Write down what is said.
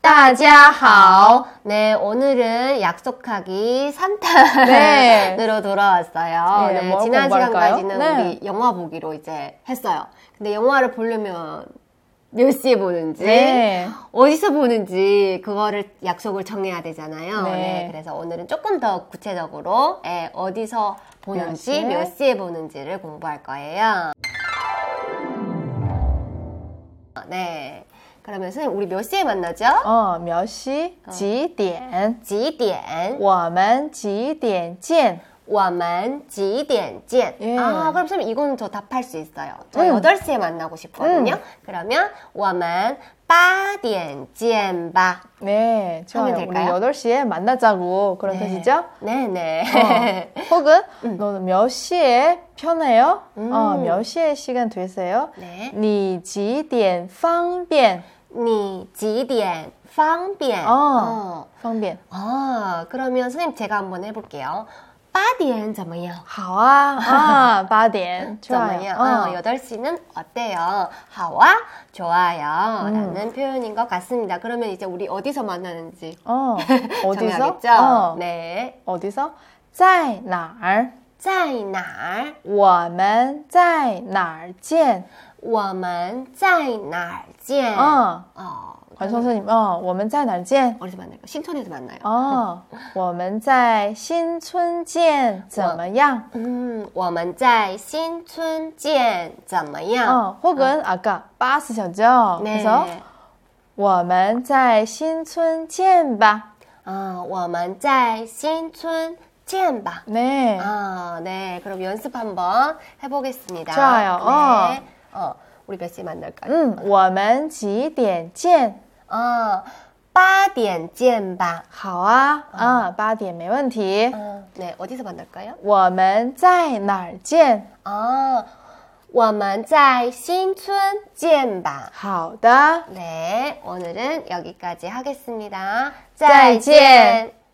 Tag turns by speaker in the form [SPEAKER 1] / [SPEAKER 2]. [SPEAKER 1] 大家好.
[SPEAKER 2] 네, 오늘은 약속하기
[SPEAKER 1] 네.
[SPEAKER 2] 3탄으로 돌아왔어요.
[SPEAKER 1] 네,
[SPEAKER 2] 네,
[SPEAKER 1] 뭘
[SPEAKER 2] 지난
[SPEAKER 1] 공부할까요?
[SPEAKER 2] 시간까지는
[SPEAKER 1] 네.
[SPEAKER 2] 우리 영화 보기로 이제 했어요. 근데 영화를 보려면 몇 시에 보는지,
[SPEAKER 1] 네.
[SPEAKER 2] 어디서 보는지 그거를 약속을 정해야 되잖아요.
[SPEAKER 1] 네.
[SPEAKER 2] 네. 그래서 오늘은 조금 더 구체적으로 예, 어디서 보는지,
[SPEAKER 1] 몇 시에?
[SPEAKER 2] 몇 시에 보는지를 공부할 거예요. 네. 그러면 선생님, 우리 몇 시에 만나죠?
[SPEAKER 1] 哦，苗西几点？
[SPEAKER 2] 几点？
[SPEAKER 1] 我们几点见？
[SPEAKER 2] 我们几点见?
[SPEAKER 1] 예.
[SPEAKER 2] 아, 그럼 선생님 이건 저 답할 수 있어요. 저
[SPEAKER 1] 음.
[SPEAKER 2] 8시에 만나고 싶거든요. 그러면 我们八点见吧.
[SPEAKER 1] 네, 좋아요. 우리
[SPEAKER 2] 될까요?
[SPEAKER 1] 8시에 만나자고 그런 뜻이죠?
[SPEAKER 2] 네. 네네.
[SPEAKER 1] 어, 혹은 너는 몇 시에 편해요? 어,
[SPEAKER 2] 음.
[SPEAKER 1] 몇 시에 시간 되세요?
[SPEAKER 2] 네.
[SPEAKER 1] 你几点方便?
[SPEAKER 2] 你几点方便?
[SPEAKER 1] 어. 方便.
[SPEAKER 2] 어. 어, 그러면 선생님 제가 한번 해볼게요. 八点怎么样?
[SPEAKER 1] 好啊, 아, 8点. 좋아요.
[SPEAKER 2] 좋아요. 어, 8시는 어때요? 하와 좋아요.
[SPEAKER 1] 음.
[SPEAKER 2] 라는 표현인 것 같습니다. 그러면 이제 우리 어디서 만나는지
[SPEAKER 1] 어, 어디서?
[SPEAKER 2] 정해야겠죠?
[SPEAKER 1] 어,
[SPEAKER 2] 네.
[SPEAKER 1] 어디서? 在哪儿?
[SPEAKER 2] 在哪儿?
[SPEAKER 1] 我们在哪儿见?
[SPEAKER 2] 我们在哪儿见?
[SPEAKER 1] 어,
[SPEAKER 2] 어,
[SPEAKER 1] 관 선생님, 어, 哦我们在哪儿见?哦
[SPEAKER 2] 어디서 만날까? 신촌에서 만나요.
[SPEAKER 1] 어, 我们在新村见怎么样?
[SPEAKER 2] 음, 我们在新村见怎么样?
[SPEAKER 1] 어, 혹은 아까 바스 셨죠?
[SPEAKER 2] 네.
[SPEAKER 1] 어. 그래서 我们在新村见吧.
[SPEAKER 2] 아, 我们在新村见吧.
[SPEAKER 1] 네.
[SPEAKER 2] 嗯 아, 네. 그럼 연습 한번 해보겠습니다.
[SPEAKER 1] 좋아요.
[SPEAKER 2] 네. 어, 우리 몇 시에 만날까요?
[SPEAKER 1] 음, 嗯我们几点见?
[SPEAKER 2] 어, 8点见吧.
[SPEAKER 1] 好啊, 아, 八点没问题.
[SPEAKER 2] 어, 네, 어디서 만날까요?
[SPEAKER 1] 我们在哪儿见?
[SPEAKER 2] 아, 我们在新村见吧.
[SPEAKER 1] 好的。
[SPEAKER 2] 네, 오늘은 여기까지 하겠습니다.
[SPEAKER 1] 再见。